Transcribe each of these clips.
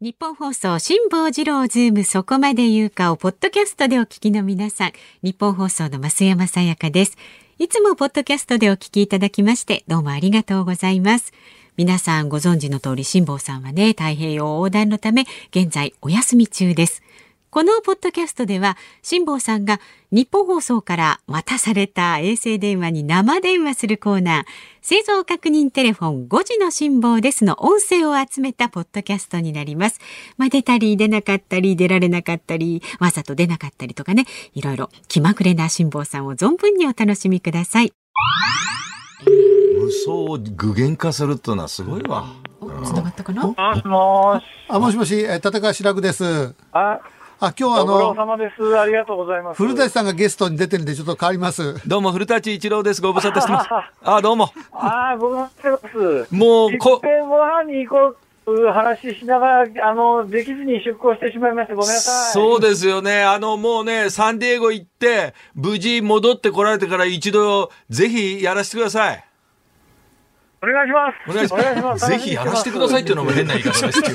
日本放送、辛坊治郎ズーム、そこまで言うかを、ポッドキャストでお聞きの皆さん、日本放送の増山さやかです。いつもポッドキャストでお聞きいただきまして、どうもありがとうございます。皆さんご存知の通り、辛坊さんはね、太平洋横断のため、現在お休み中です。このポッドキャストでは、辛坊さんが日本放送から渡された衛星電話に生電話するコーナー、製造確認テレフォン5時の辛坊ですの音声を集めたポッドキャストになります。まあ、出たり出なかったり出られなかったり、わざと出なかったりとかね、いろいろ気まぐれな辛坊さんを存分にお楽しみください。無双を具現化するっていうのはすごいわ。つながったかな。もしもし。あ、もしもし、え立川志らくです。あ、あ、今日はあの、ありがとうございます。古舘さんがゲストに出てるんで、ちょっと変わります。どうも、古舘一郎です。ご無沙汰し てます。あ、どうも。あ、ご無沙汰です。もう、こ。ご飯に行こう。話しながら、あの、できずに出航してしまいました。ごめんなさい。そうですよね。あの、もうね、サンディエゴ行って、無事戻ってこられてから一度、ぜひやらせてください。お願いします。お願いします。ぜひやらせてくださいっていうのも変な言い方 ですけど。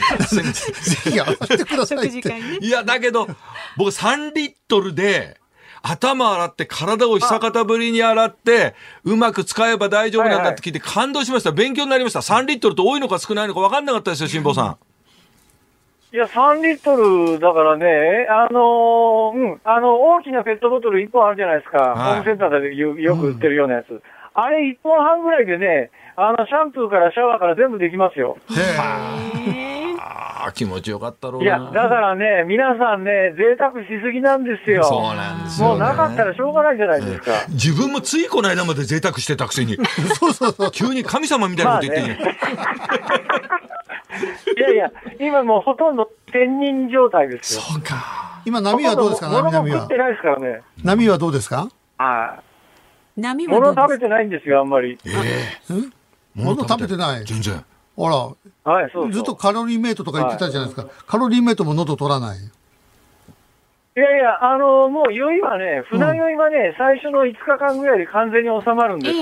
ぜひやらせてくださいって。いや、だけど、僕3リットルで、頭洗って、体を久方ぶりに洗って、うまく使えば大丈夫なんだって聞いて感動しました。勉強になりました。3リットルって多いのか少ないのか分かんなかったですよ、辛坊さん。いや、3リットルだからね、あのー、うん、あの、大きなペットボトル1本あるじゃないですか。はい、ホームセンターでよく売ってるようなやつ。うん、あれ1本半ぐらいでね、あの、シャンプーからシャワーから全部できますよ。ああ、気持ちよかったろういや、だからね、皆さんね、贅沢しすぎなんですよ。そうなんですよ、ね、もうなかったらしょうがないじゃないですか。えー、自分もついこの間まで贅沢してたくせに。そうそうそう。急に神様みたいなこと言ってんね。いやいや、今もうほとんど天人状態ですよ。そうか。今波はどうですか波波は。ってないですからね。波はどうですかはい波は物食べてないんですよ、あんまり。ええー。物食べてない全然。あら、はい、そうずっとカロリーメイトとか言ってたじゃないですか。はい、カロリーメイトも喉取らない。いやいや、あのー、もう酔いはね、船酔いはね、うん、最初の5日間ぐらいで完全に収まるんです、うん、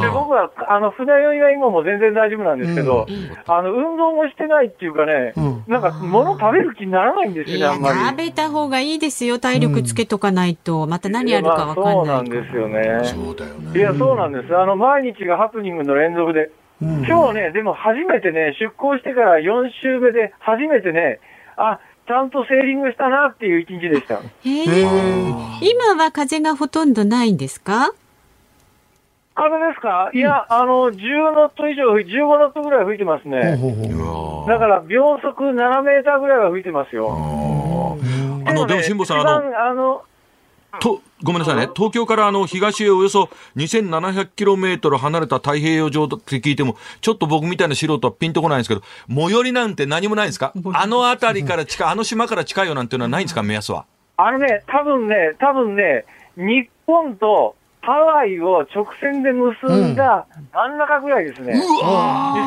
で、僕は、あの、船酔いは今も全然大丈夫なんですけど、うん、あの、運動もしてないっていうかね、なんか、物食べる気にならないんですよね、あんまり。食べた方がいいですよ、体力つけとかないと、また何やるかわかんないそうなんですよね。そうだよね。いや、そうなんです。あの、毎日がハプニングの連続で、うん、今日ね、でも初めてね、出航してから4週目で、初めてね、あ、ちゃんとセーリングしたなっていう一日でした。へ今は風がほとんどないんですか風ですかいや、うん、あの、10ノット以上、15ノットぐらい吹いてますね。だから、秒速7メーターぐらいは吹いてますよ。あの、でも、辛坊さん、あの、と、ごめんなさいね。東京からあの、東へおよそ 2700km 離れた太平洋上って聞いても、ちょっと僕みたいな素人はピンとこないんですけど、最寄りなんて何もないんですかあの辺りから近い、あの島から近いよなんていうのはないんですか目安は。あのね、多分ね、多分ね、日本とハワイを直線で結んだ真ん中ぐらいですね。うん、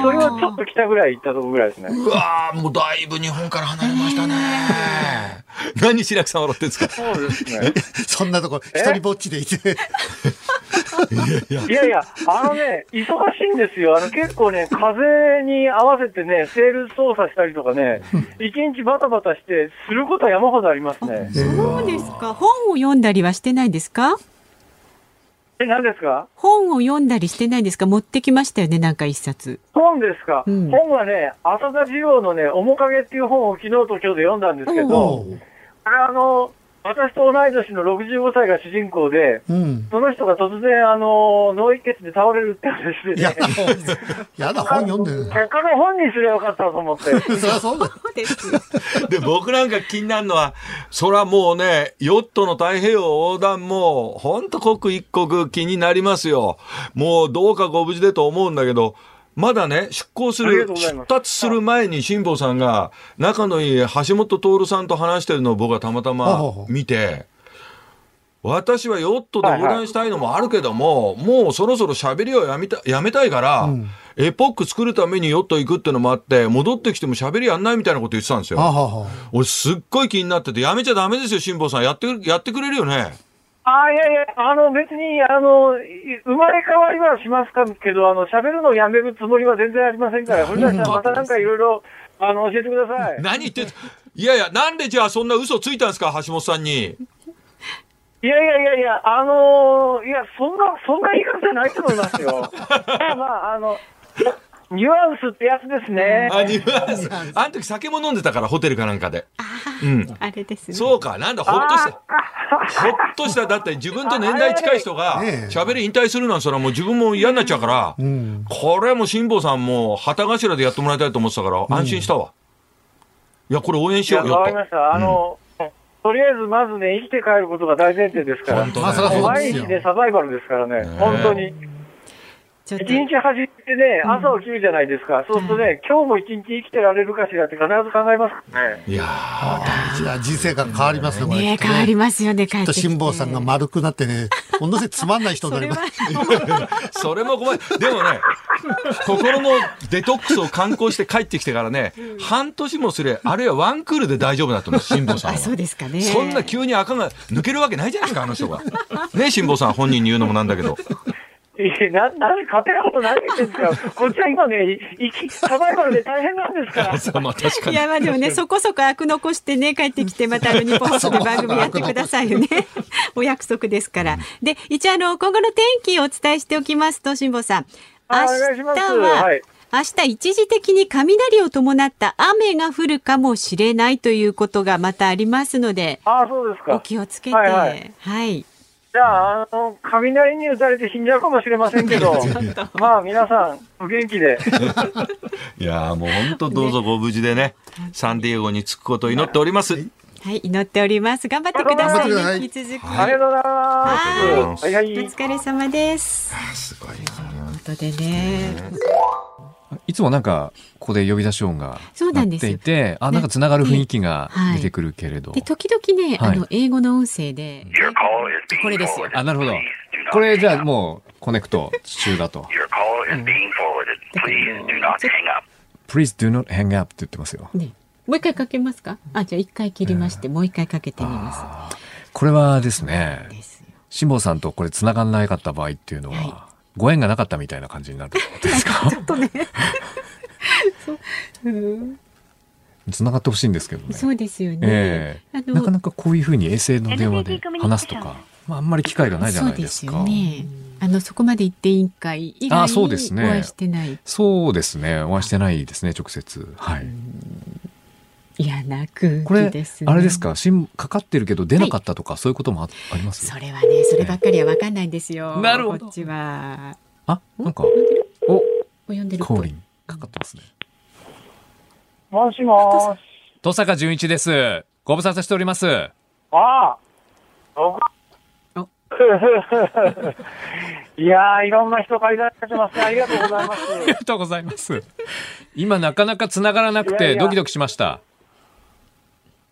それはちょっと北ぐらい行ったとこぐらいですね。うわもうだいぶ日本から離れましたね。 何白木さん笑ってんですかそうですね。そんなとこ、一人ぼっちでいて。いやいや、あのね、忙しいんですよ。あの結構ね、風に合わせてね、セール操作したりとか ね、一日バタバタして、することは山ほどありますね。そうですか。本を読んだりはしてないですかえ、何ですか本を読んだりしてないですか持ってきましたよね、なんか一冊。本ですか、うん、本はね、浅田二郎のね、面影っていう本を昨日と今日で読んだんですけど、あれあの、私と同い年の65歳が主人公で、うん、その人が突然、あの、脳一血で倒れるって話で、ね。やだ、やだ本読んでる。結果の本にすればよかったと思って。そりゃそうだ。で、僕なんか気になるのは、そらもうね、ヨットの太平洋横断も、ほんと刻一刻気になりますよ。もうどうかご無事でと思うんだけど、まだね、出航する、す出発する前に辛坊さんが、仲のいい橋本徹さんと話してるのを僕はたまたま見て、私はヨットで横断したいのもあるけども、はいはい、もうそろそろ喋りをやめたやめたいから、うん、エポック作るためにヨット行くってのもあって、戻ってきても喋りやんないみたいなこと言ってたんですよ。はは俺すっごい気になってて、やめちゃダメですよ、辛坊さん。やって、やってくれるよね。あいやいや、あの別に、あの、生まれ変わりはしますかけど、あの、喋るのをやめるつもりは全然ありませんから、古田さんまたなんかいろいろ、あの、教えてください。何言ってんいやいや、なんでじゃあそんな嘘ついたんですか、橋本さんに。いやいやいやいや、あのーいや、そんな、そんな言い方じゃないと思いますよ。 まあまあ、あの、ニュアンスってやつですね。あ、ニュアンス。あの時酒も飲んでたから、ホテルかなんかで。あれですね。そうか、なんだ、ほっとした。ほっとした、だって自分と年代近い人がねえ喋り引退するなんそれはもう自分も嫌になっちゃうから、うん。これはもう辛坊さんも旗頭でやってもらいたいと思ってたから、安心したわ。いや、これ応援しいよや、うよわかりまと。した。あの、とりあえずまずね、生きて帰ることが大前提ですから。本当まあ、そりゃだよそうで毎す日よ。でサバイバルですからね、ね本当に。ちょっ一と日走ってね、朝起きるじゃないですか。そうするとね、今日も一日生きてられるかしらって必ず考えますからね。いやいや、人生観変わりますね、これ。ね変わりますよね、帰っきってときて。辛坊さんが丸くなっ てね、こんなせつまんない人にそなりれまはす。ー それも困る。でもね、心のデトックスを観光して帰ってきてからね、半年もすれ、あるいはワンクールで大丈夫だと思う、辛坊さんあ、は。そうですかね。そんな急に赤が抜けるわけないじゃないですか、あの 人が。ね、辛坊さん本人に言うのもなんだけど。いや、な、なんで勝手なこと何言ってんですか。こっちは今ね、い生き、サバイバルで大変なんで すから。まあ確かいに。やまあでもねそこそこ悪残してね帰ってきてまたあの日本放送で番組やってくださいよねお約束ですから、で一応あの今後の天気をお伝えしておきますと辛坊さん明あお願いし日ますは、はい明日一時的に雷を伴った雨が降るかもしれないということがまたありますのでああ、そうですおか。気をつけてはいはいはいじゃあ、あの、雷に打たれて死んじゃうかもしれませんけ ど、まあ皆さん、お元気で。 いやーもう本当どうぞご無事でね、サンディエゴに着くことを祈っております。はい、祈っております。頑張ってください頑張ってくださね。い引き続き。ありがとうございます。はいはおい。疲れ様です。すごいということでね。いつもなんか、ここで呼び出し音がそうな鳴んっですてよいて、あ、なんか繋がる雰囲気がはい出てくるけれどで、。時々ね、はいあの、英語の音声で、これですよ。あ、なるほど。これじゃあもう、コネクト中だと。だからもうちょっ Please do not hang up って言ってますよと。ね、もう一回かけますかあ、じゃあ一回切りまして、もう一回かけてみまこれはですねす。、 ですよ。辛坊さんとこれ繋がんなかった場合っていうのはは、ご縁がなかったみたいな感じになるってことです かうん繋がってほしいんですけどね。そうですよねえ。えあのなかなかこういうふうに衛星の電話で話すとか、まあ、あんまり機会がないじゃそなういでですすよか。ね。あの、そこまで行って委員会以外あにそおうですね会いしてない。そうですね。お会いしてないですね、直接。はい。いや、な空これ、気です、ね。あれですか、しん、かかってるけど出なかったとか、そういうこともあありますそれはね、そればっかりはわかんないんですよ。なるほどこっちは。あ、なんか、お呼んでるっお、コぽいーリン、かかってますね。もしもーし。戸坂淳一です。ご無沙汰しております。ああ。おお いやー、いろんな人借り出してますね。ありがとうございます。ありがとうございます。今なかなか繋がらないくやいて、やドキドキしました。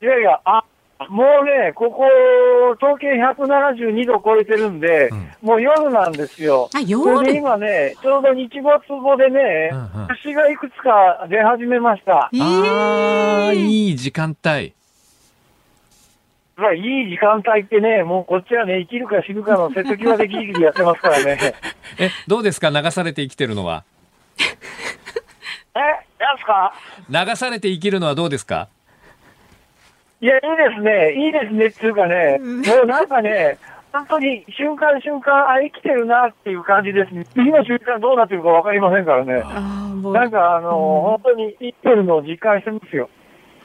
いやいや、あ、もうね、ここ、東経172度超えてるんで、もう夜なんですよ。あ、それで夜。今ね、ちょうど日没後でねうんうん、星がいくつか出始めました。えあー、えいい時間帯。まあ、いい時間帯ってね、もうこっちはね、生きるか死ぬかの瀬戸際でギリギリやってますからね。え、どうですか流されて生きてるのは。え、なんすか流されて生きるのはどうですかいや、いいですね。いいですね。っていうかね、もうなんかね、本当に瞬間瞬間、あ、生きてるなっていう感じですね。次の瞬間どうなってるかわかりませんからね。あーもうなんかあの本当に生きてるのを実感してますよ。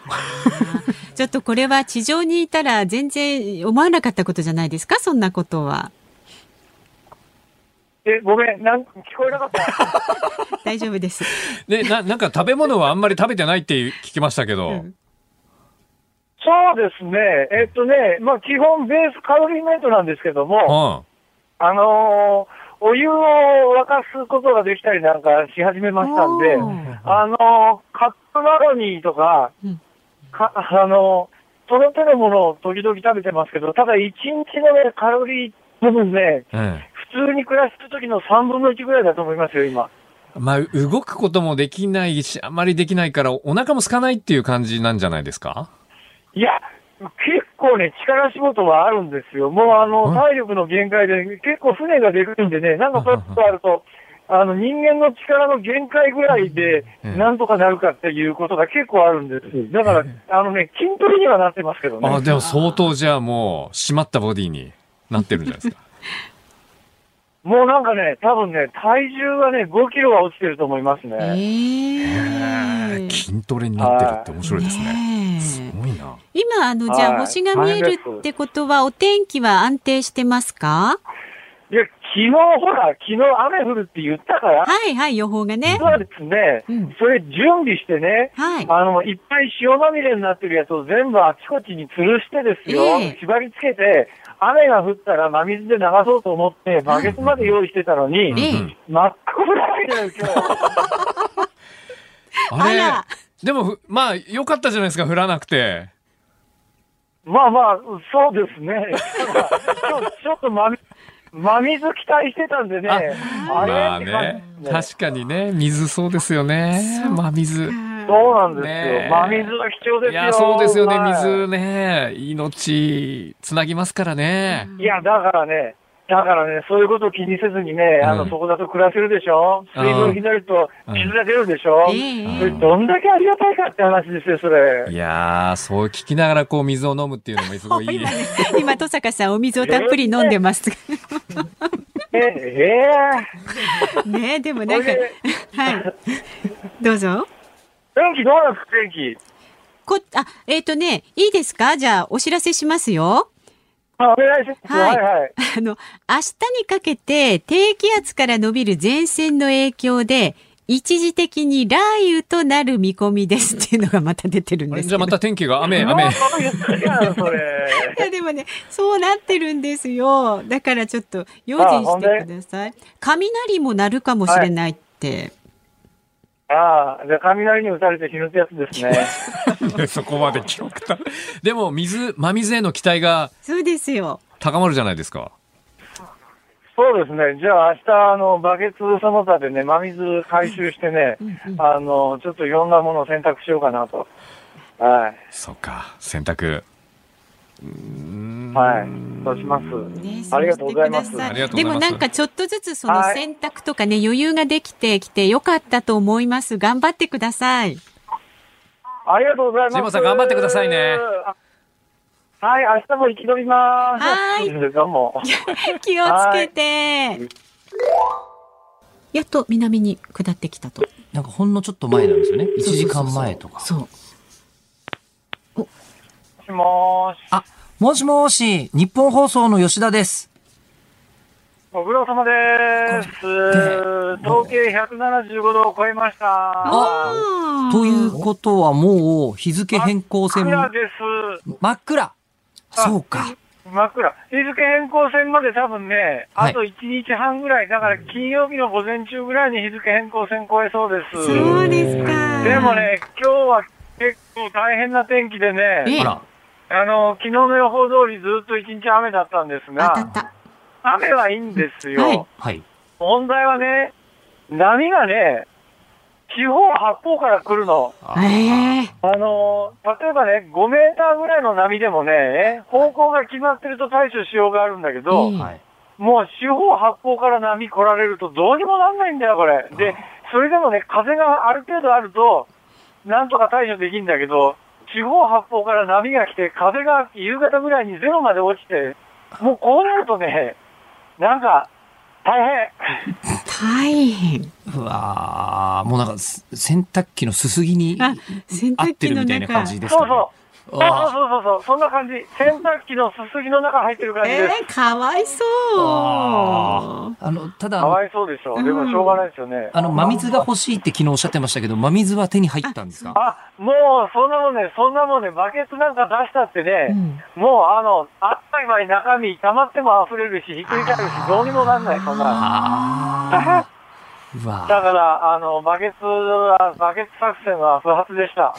ちょっとこれは地上にいたら全然思わなかったことじゃないですかそんなことは。え、ごめん、なんか聞こえなか った。大丈夫 です。で、な、なんか食べ物はあんまり食べてないって聞きましたけど。うんそうですね。えっとね、まあ基本ベースカロリーメイトなんですけども、うん。あのお湯を沸かすことができたりなんかし始めましたんで、おーあのー、カップマロニーとか、うんかあのー、とろてのものを時々食べてますけど、ただ一日のね、カロリー部分ね、え普通に暮らしてる時の3分の1ぐらいだと思いますよ、今。え。まあ、動くこともできないし、あんまりできないから、お腹も空かないっていう感じなんじゃないですかいや、結構ね、力仕事はあるんですよ。もうあの、うん体力の限界で、結構船ができるんでね、なんかそういうことあると、あの、人間の力の限界ぐらいで、なんとかなるかっていうことが結構あるんです。だから、あのね、筋トレにはなってますけどね。あ、でも相当じゃあもう、締まったボディになってるんじゃないですか。もうなんかね、多分ね、体重がね、5キロは落ちてると思いますえね。え筋トレになってるって面白いですね。ねえすごいな。今、あの、じゃあはい星が見えるってことは、お天気は安定してますかいや、昨日ほら、昨日雨降るって言ったから、はいはい、予報がね実。はですね、うんそれ準備してね、はい。あの、いっぱい塩まみれになってるやつを全部あちこちに吊るしてですよ、ええ縛り付けて、雨が降ったら真水で流そうと思って、バケツまで用意してたのに、ええうん真っ黒だらけだよ、今日。 あれあらでもふ、まあ、良かったじゃないですか、降らなくて。まあまあ、そうですね。 今日ちょっと真水真水期待してたんでね、あれまあってね感じ、です確かにね、水そうですよね。まあ水。そうなんですよ。ねえ真水が貴重ですよ。いや、そうですよね、はい水ね。命、つなぎますからね。いや、だからね、だからね、そういうことを気にせずにね、あうの、んそこだと暮らせるでしょ水分ひねるとうん水が出るでしょええそれどんだけありがたいかって話ですよ、そいれ。やー、そう聞きながらこう水を飲むっていうのもすごいいい。今ね、今、登坂さんお水をたっぷり飲んでますが。え えねえ、でもええなんかそれ、で はい。どうぞ。天気どうなんですか、天気。こ、あ、えっ、とね、いいですかじゃあ、お知らせしますよ。 あお願いします。ははいいはい。あの、明日にかけて低気圧から伸びる前線の影響で、一時的に雷雨となる見込みですっていうのがまた出てるんであれすじけゃあど。また天気が雨、昨雨 日。その言ってたやん、それ。 いやでもね、そうなってるんですよ。だからちょっと用心してください。雷も鳴るかもしれないって。ああ、じゃあ雷に打たれて死ぬってやつですね。そこまで記録た。でも水、真水への期待がそうですよ。高まるじゃないですか。そうですね。じゃあ明日、あの、バケツその他でね、真水回収してね、あの、ちょっといろんなものを選択しようかなと。はい。そっか、洗濯。はい。そうします。ねありがとうございますそうしてくださありがとうでございますもなんかちょっとずつそのはい選択とかね、余裕ができてきてよかったと思います。頑張ってください。ありがとうございます。ジェイモンさん頑張ってくださいねあ。はい、明日も生き延びます。はどうも。気をつけて。やっと南に下ってきたと。なんかほんのちょっと前なんですよね。1そうそうそう時間前とか。そう。もしもーし。あ、もしもし、日本放送の吉田です。ご苦労様です。統計175度を超えました。あーということはもう日付変更線、真っ暗真です。っ暗。そうか。真っ暗。日付変更線まで多分ね、はいあと1日半ぐらい、だから金曜日の午前中ぐらいに日付変更線超えそうです。そうですか。でも。ね、今日は結構大変な天気でね、えあえ、ら。あの、昨日の予報通りずっと一日雨だったんです当たっが、た。雨はいいんですよ。はいはい。問題はね、波がね、四方八方から来るの。ええあのー例えばね、5メーターぐらいの波でもね、方向が決まってると対処しようがあるんだけど、ええはい。もう四方八方から波来られるとどうにもなんないんだよ、これ。で、それでもね、風がある程度あると、なんとか対処できるんだけど、四方八方から波が来て、風が夕方ぐらいにゼロまで落ちて、もうこうなるとね、なんか、大変。大変。うわーもうなんかす洗濯機のすすぎにあ、洗合っ濯て機るのみたいな感中。じですそかうね。そう。そうそうあそうそうそう、そんな感じ。洗濯機のすすぎの中入ってる感じえです。えかわいそう。ああの、ただあかの、わいそうでしょ。でもしょうがないですよね。あの、真水が欲しいって昨日おっしゃってましたけど、真水は手に入ったんですかあ、もう、そんなもんね、そんなもんね、バケツなんか出したってうね、んもう、あの、あっという間に中身溜まっても溢れるし、ひっくり返るし、どうにもなんない、そんな。ああ。うだわから、あの、バケツは、バケツ作戦は不発でした。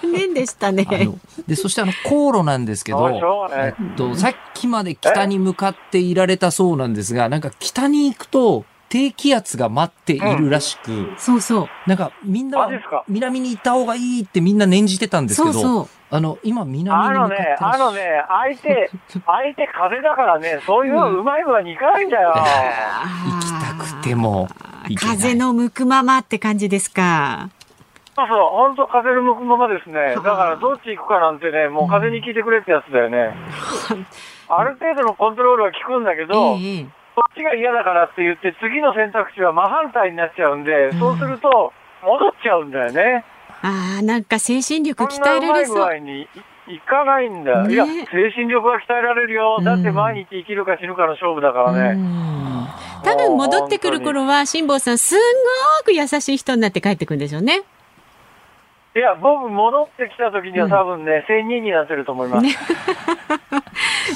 残念でしたね。ーあので、そしてあの、航路なんですけどあ、しょうがないえっと、さっきまで北に向かっていられたそうなんですが、なんか北に行くと、低気圧が待っているらしく、そうそう。なんかみんなはマジっすか南に行った方がいいってみんな念じてたんですけそど、うそう。あの、今南に向かあのってね、あのね、相 手、相手風だからね、そういうのうまいのは2回んだよ。行きたくても行けない風の向くままって感じですか。そうそう、本当風の向くままですね。だからどっち行くかなんてね、もう風に聞いてくれってやつだよね。ある程度のコントロールは効くんだけど、ええこっちが嫌だからって言って、次の選択肢は真反対になっちゃうんで、そうすると、戻っちゃうんだよね。ああ、なんか精神力 そん鍛なえうらまれい具そう。合にいいかないんだよ。ねいや、精神力は鍛えられるよ。だって毎日生きるか死ぬかの勝負だからね。多分戻ってくる頃は、辛坊さん、すんごく優しい人になって帰ってくるんでしょうね。いや、僕戻ってきた時には多分ね、1000人になってると思います。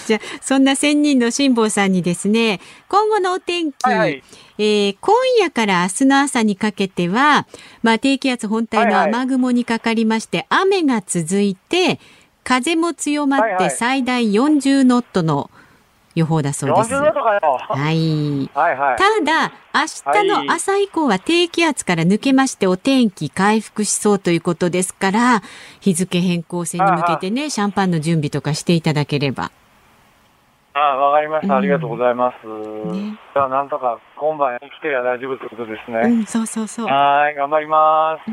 じゃあ、そんな仙人の辛坊さんにですね、今後のお天気、はいはいえー今夜から明日の朝にかけては、まあ、低気圧本体のはいはい雨雲にかかりまして、雨が続いて、風も強まはっいはてい最大40ノットの予報だそうです。 40度とかよ。はい。はいはい。ただ、明日の朝以降は低気圧から抜けまして、お天気回復しそうということですから、日付変更線に向けてね、シャンパンの準備とかしていただければ。ああ、わかりました。ありがとうございます。ねじゃあ、なんとか今晩生きてりゃ大丈夫ってことですうね。ん、そうそうそう。はーい、頑張ります。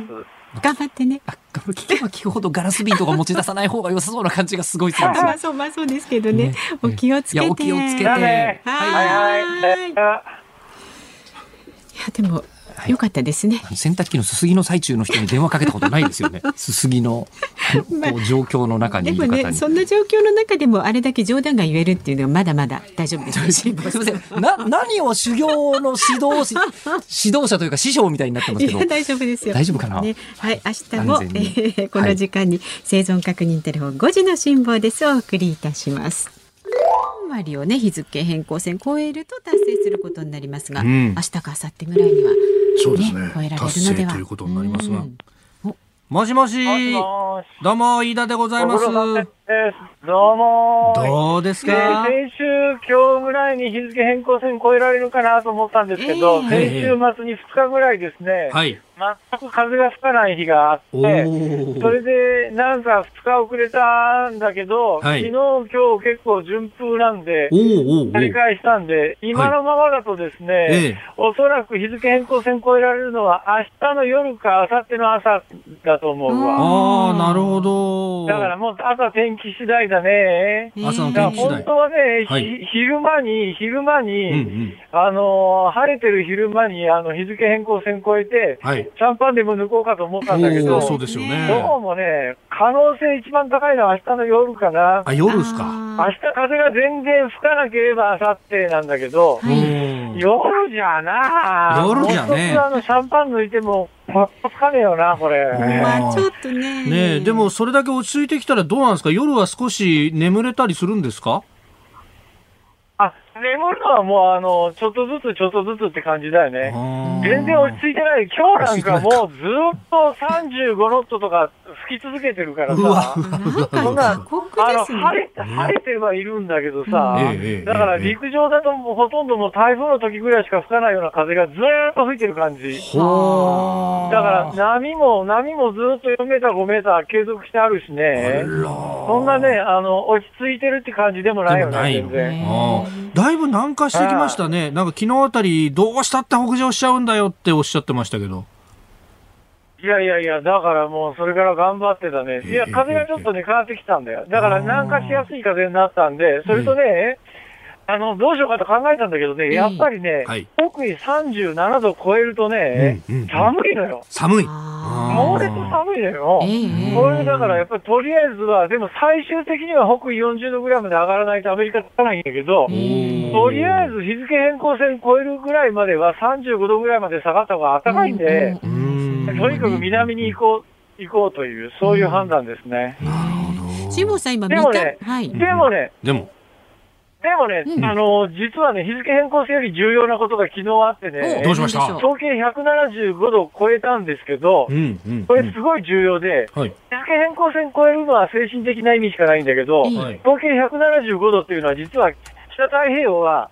頑張ってね。聞けば聞くほどガラス瓶とか持ち出さない方が良さそうな感じがすごいするんですよま あそう、まあそうですけどね。ねお気をつけいて。や、お気をつけて。じゃあね。はいはいはい。じゃあいやでも、よかったですね。洗濯機のすすぎの最中の人に電話かけたことないで すよね。すすぎの、あのまあこう状況の中にでいるも方に。ね、そんな状況の中でもあれだけ冗談が言えるっていうのはまだまだ大丈夫ですね。辛抱すみません。な、何を修行の指導し、指導者というか師匠みたいになってますけいどや、。大丈夫ですよ。大丈夫かなね、はい、明日も、え安全にーこの時間に生存確認テレフォン5時の辛抱です。お送りいたします。4割をね、日付変更線超えると達成することになりますが、ん明日か明後日ぐらいには、ね、そうですね超えられるのでは。達成ということになりますがうんもしもしもしもーし。どうも、飯田でございます。ご苦労様です。どうもー。どうですねか先週、今日ぐらいに日付変更線超えられるかなと思ったんですけど、ええ先週末に2日ぐらいですね、はい。全く風が吹かない日があっおて、そー。れでなんか2日遅れたんだけど、はい昨日、今日結構順風なんでお、ーおーお繰りー返したんで、今のままだとですね、ええおそらく日付変更線超えられるのは明日の夜か明後日の朝だと思うわ。ああ、なるほど。だからもう朝天気次第だね。朝のだから天気次本第当。はね、ひはい昼間に、昼間に、うんうん。あのー晴れてる昼間に、あの、日付変更線越えて、はい。シャンパンでも抜こうかと思っおたんだけー、ど、そうどですようね。もね、可能性一番高いのは明日の夜かな。あ、夜ですか。明日風が全然吹かなければ明後日なんだけど、おー夜じゃなあ夜じゃねもう一つあの、シャンパン抜いても、パッとつかねえよな、これ。まあちょっとね。ねえ、でもそれだけ落ち着いてきたらどうなんですか夜は少し眠れたりするんですかあ、眠るのはもう、あの、ちょっとずつちょっとずつって感じだよね。全然落ち着いてない。今日なんかもうずっと35ノットとか吹き続けてるからうわさ、なんか そんな過酷あでの、すね。晴れ、晴れてはいるんだけどさ、ええええだから陸上だともうほとんどもう台風の時ぐらいしか吹かないような風がずーっと吹いてる感じ。だから波も、波もずーっと4メーター、5メーター継続してあるしね。そんなね、あの、落ち着いてるって感じでもないよでもなね、い全然。あーだいぶ南下してきましたね。なんか昨日あたり、どうしたって北上しちゃうんだよっておっしゃってましたけど。いやいやいや、だからもうそれから頑張ってたね。いや、風がちょっとね、変わってきたんだよ。だから南下しやすい風になったんで、それとね、あの、どうしようかと考えたんだけどね、やっぱりね、はい特に37度超えるとね、うんうん寒いのよ。寒い。あ猛烈寒いのよ。ーええこれだからやっぱりとりあえずは、でも最終的には北緯40度ぐらいまで上がらないとアメリカつかないんだけど、とりあえず日付変更線超えるぐらいまでは35度ぐらいまで下がった方が暖かいんで、うとにかく南に行こう、行こうという、そういう判断ですね。辛坊さん今見でた、もねはい。でもね、でも、でもね、あの、実はね、日付変更線より重要なことが昨日あってね、どうしましたなんでしょう統計175度を超えたんですけどう、んうん。これすごい重要で、はい日付変更線超えるのは精神的な意味しかないんだけど、はい統計175度っていうのは実は北太平洋は、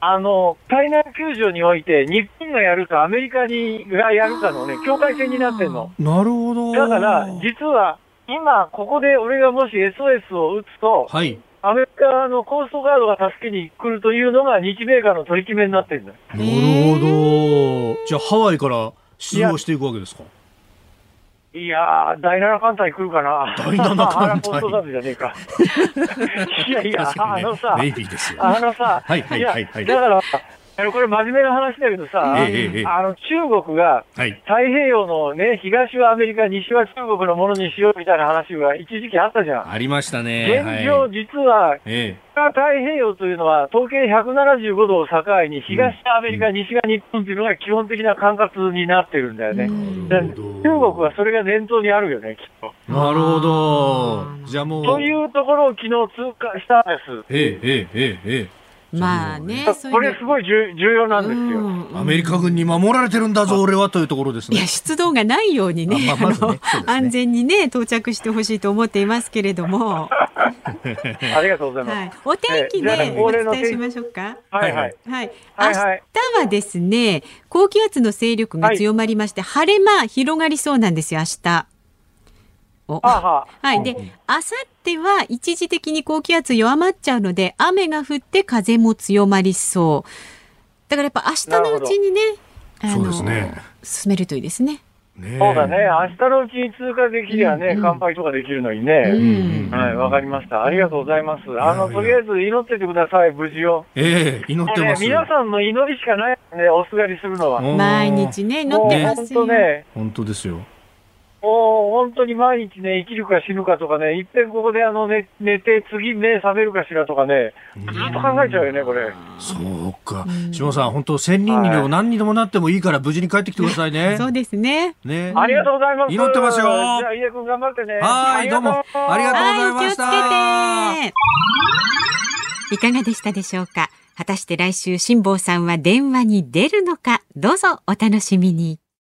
あの、海南球場において、日本がやるかアメリカにがやるかのね、境界線になってんの。なるほど。だから、実は、今、ここで俺がもし SOS を打つと、はい。アメリカのコーストガードが助けに来るというのが日米間の取り決めになってるんだ。なるほど。じゃあ、ハワイから出動していくわけですか。いやー、第7艦隊来るかな。第七艦隊あらコーストガードじゃねえ か。いやいや、あのさ、ベイビーですよ。あのさ、はいはいはいはいやだから、あのこれ真面目な話だけどさ、ええええええあの中国がはい。太平洋のね、東はアメリカ、西は中国のものにしようみたいな話が一時期あったじゃん。ありましたね。現状、はい。実は、え北太平洋というのは、統計175度を境に、東がアメリカ、西が日本というのが基本的な管轄になってるんだよね。だから中国はそれが念頭にあるよね、きっと。え。なるほど。じゃあもう。というところを昨日通過したんです。えええええええまあね、そういうこれすごい重重要なんですよ。うんえ。アメリカ軍に守られてるんだぞ、俺はというところですいやね。出動がないようにねあまあまずねあのそうですね安全にね到着してほしいと思っていますけれども、はありがとうございます。い、お天気でええじゃあお恒例伝のえしましょうか。はいはい。はい、はいはい明日はですね高気圧の勢力が強まりまして、晴れ間広がりそうなんですよ明日。おあははい。で、あさっては一時的に高気圧弱まっちゃうので、雨が降って風も強まりそう。だからやっぱ明日のうちにね、あそうの、ですね。進めるといいですね。ねえそうだね。明日のうちに通過できりゃね、乾杯とかできるのにね。うん。はい、わかりました。ありがとうございます。あの、とりあえず祈っててください、無事を。ええ、祈っもうてねま、す。皆さんの祈りしかないね、おすがりするのは。もうん毎。日ね、乗っうてま本すよ。当ね、本当ですよ。もう本当に毎日ね、生きるか死ぬかとかね、いっぺんここであの、ね、寝て、次目覚めるかしらとかね、ずっと考えちゃうよね、これ。そうか。下さん、本当千人にでも何にでもなってもいいから無事に帰ってきてくださいねそ。うですね。ね。ありがとうございます。祈ってますよじゃあ、井出君頑張ってね。はい、どうも。ありがとうございはまい、し気た。をつけて。いかがでしたでしょうか果たして来週、辛坊さんは電話に出るのかどうぞお楽しみに。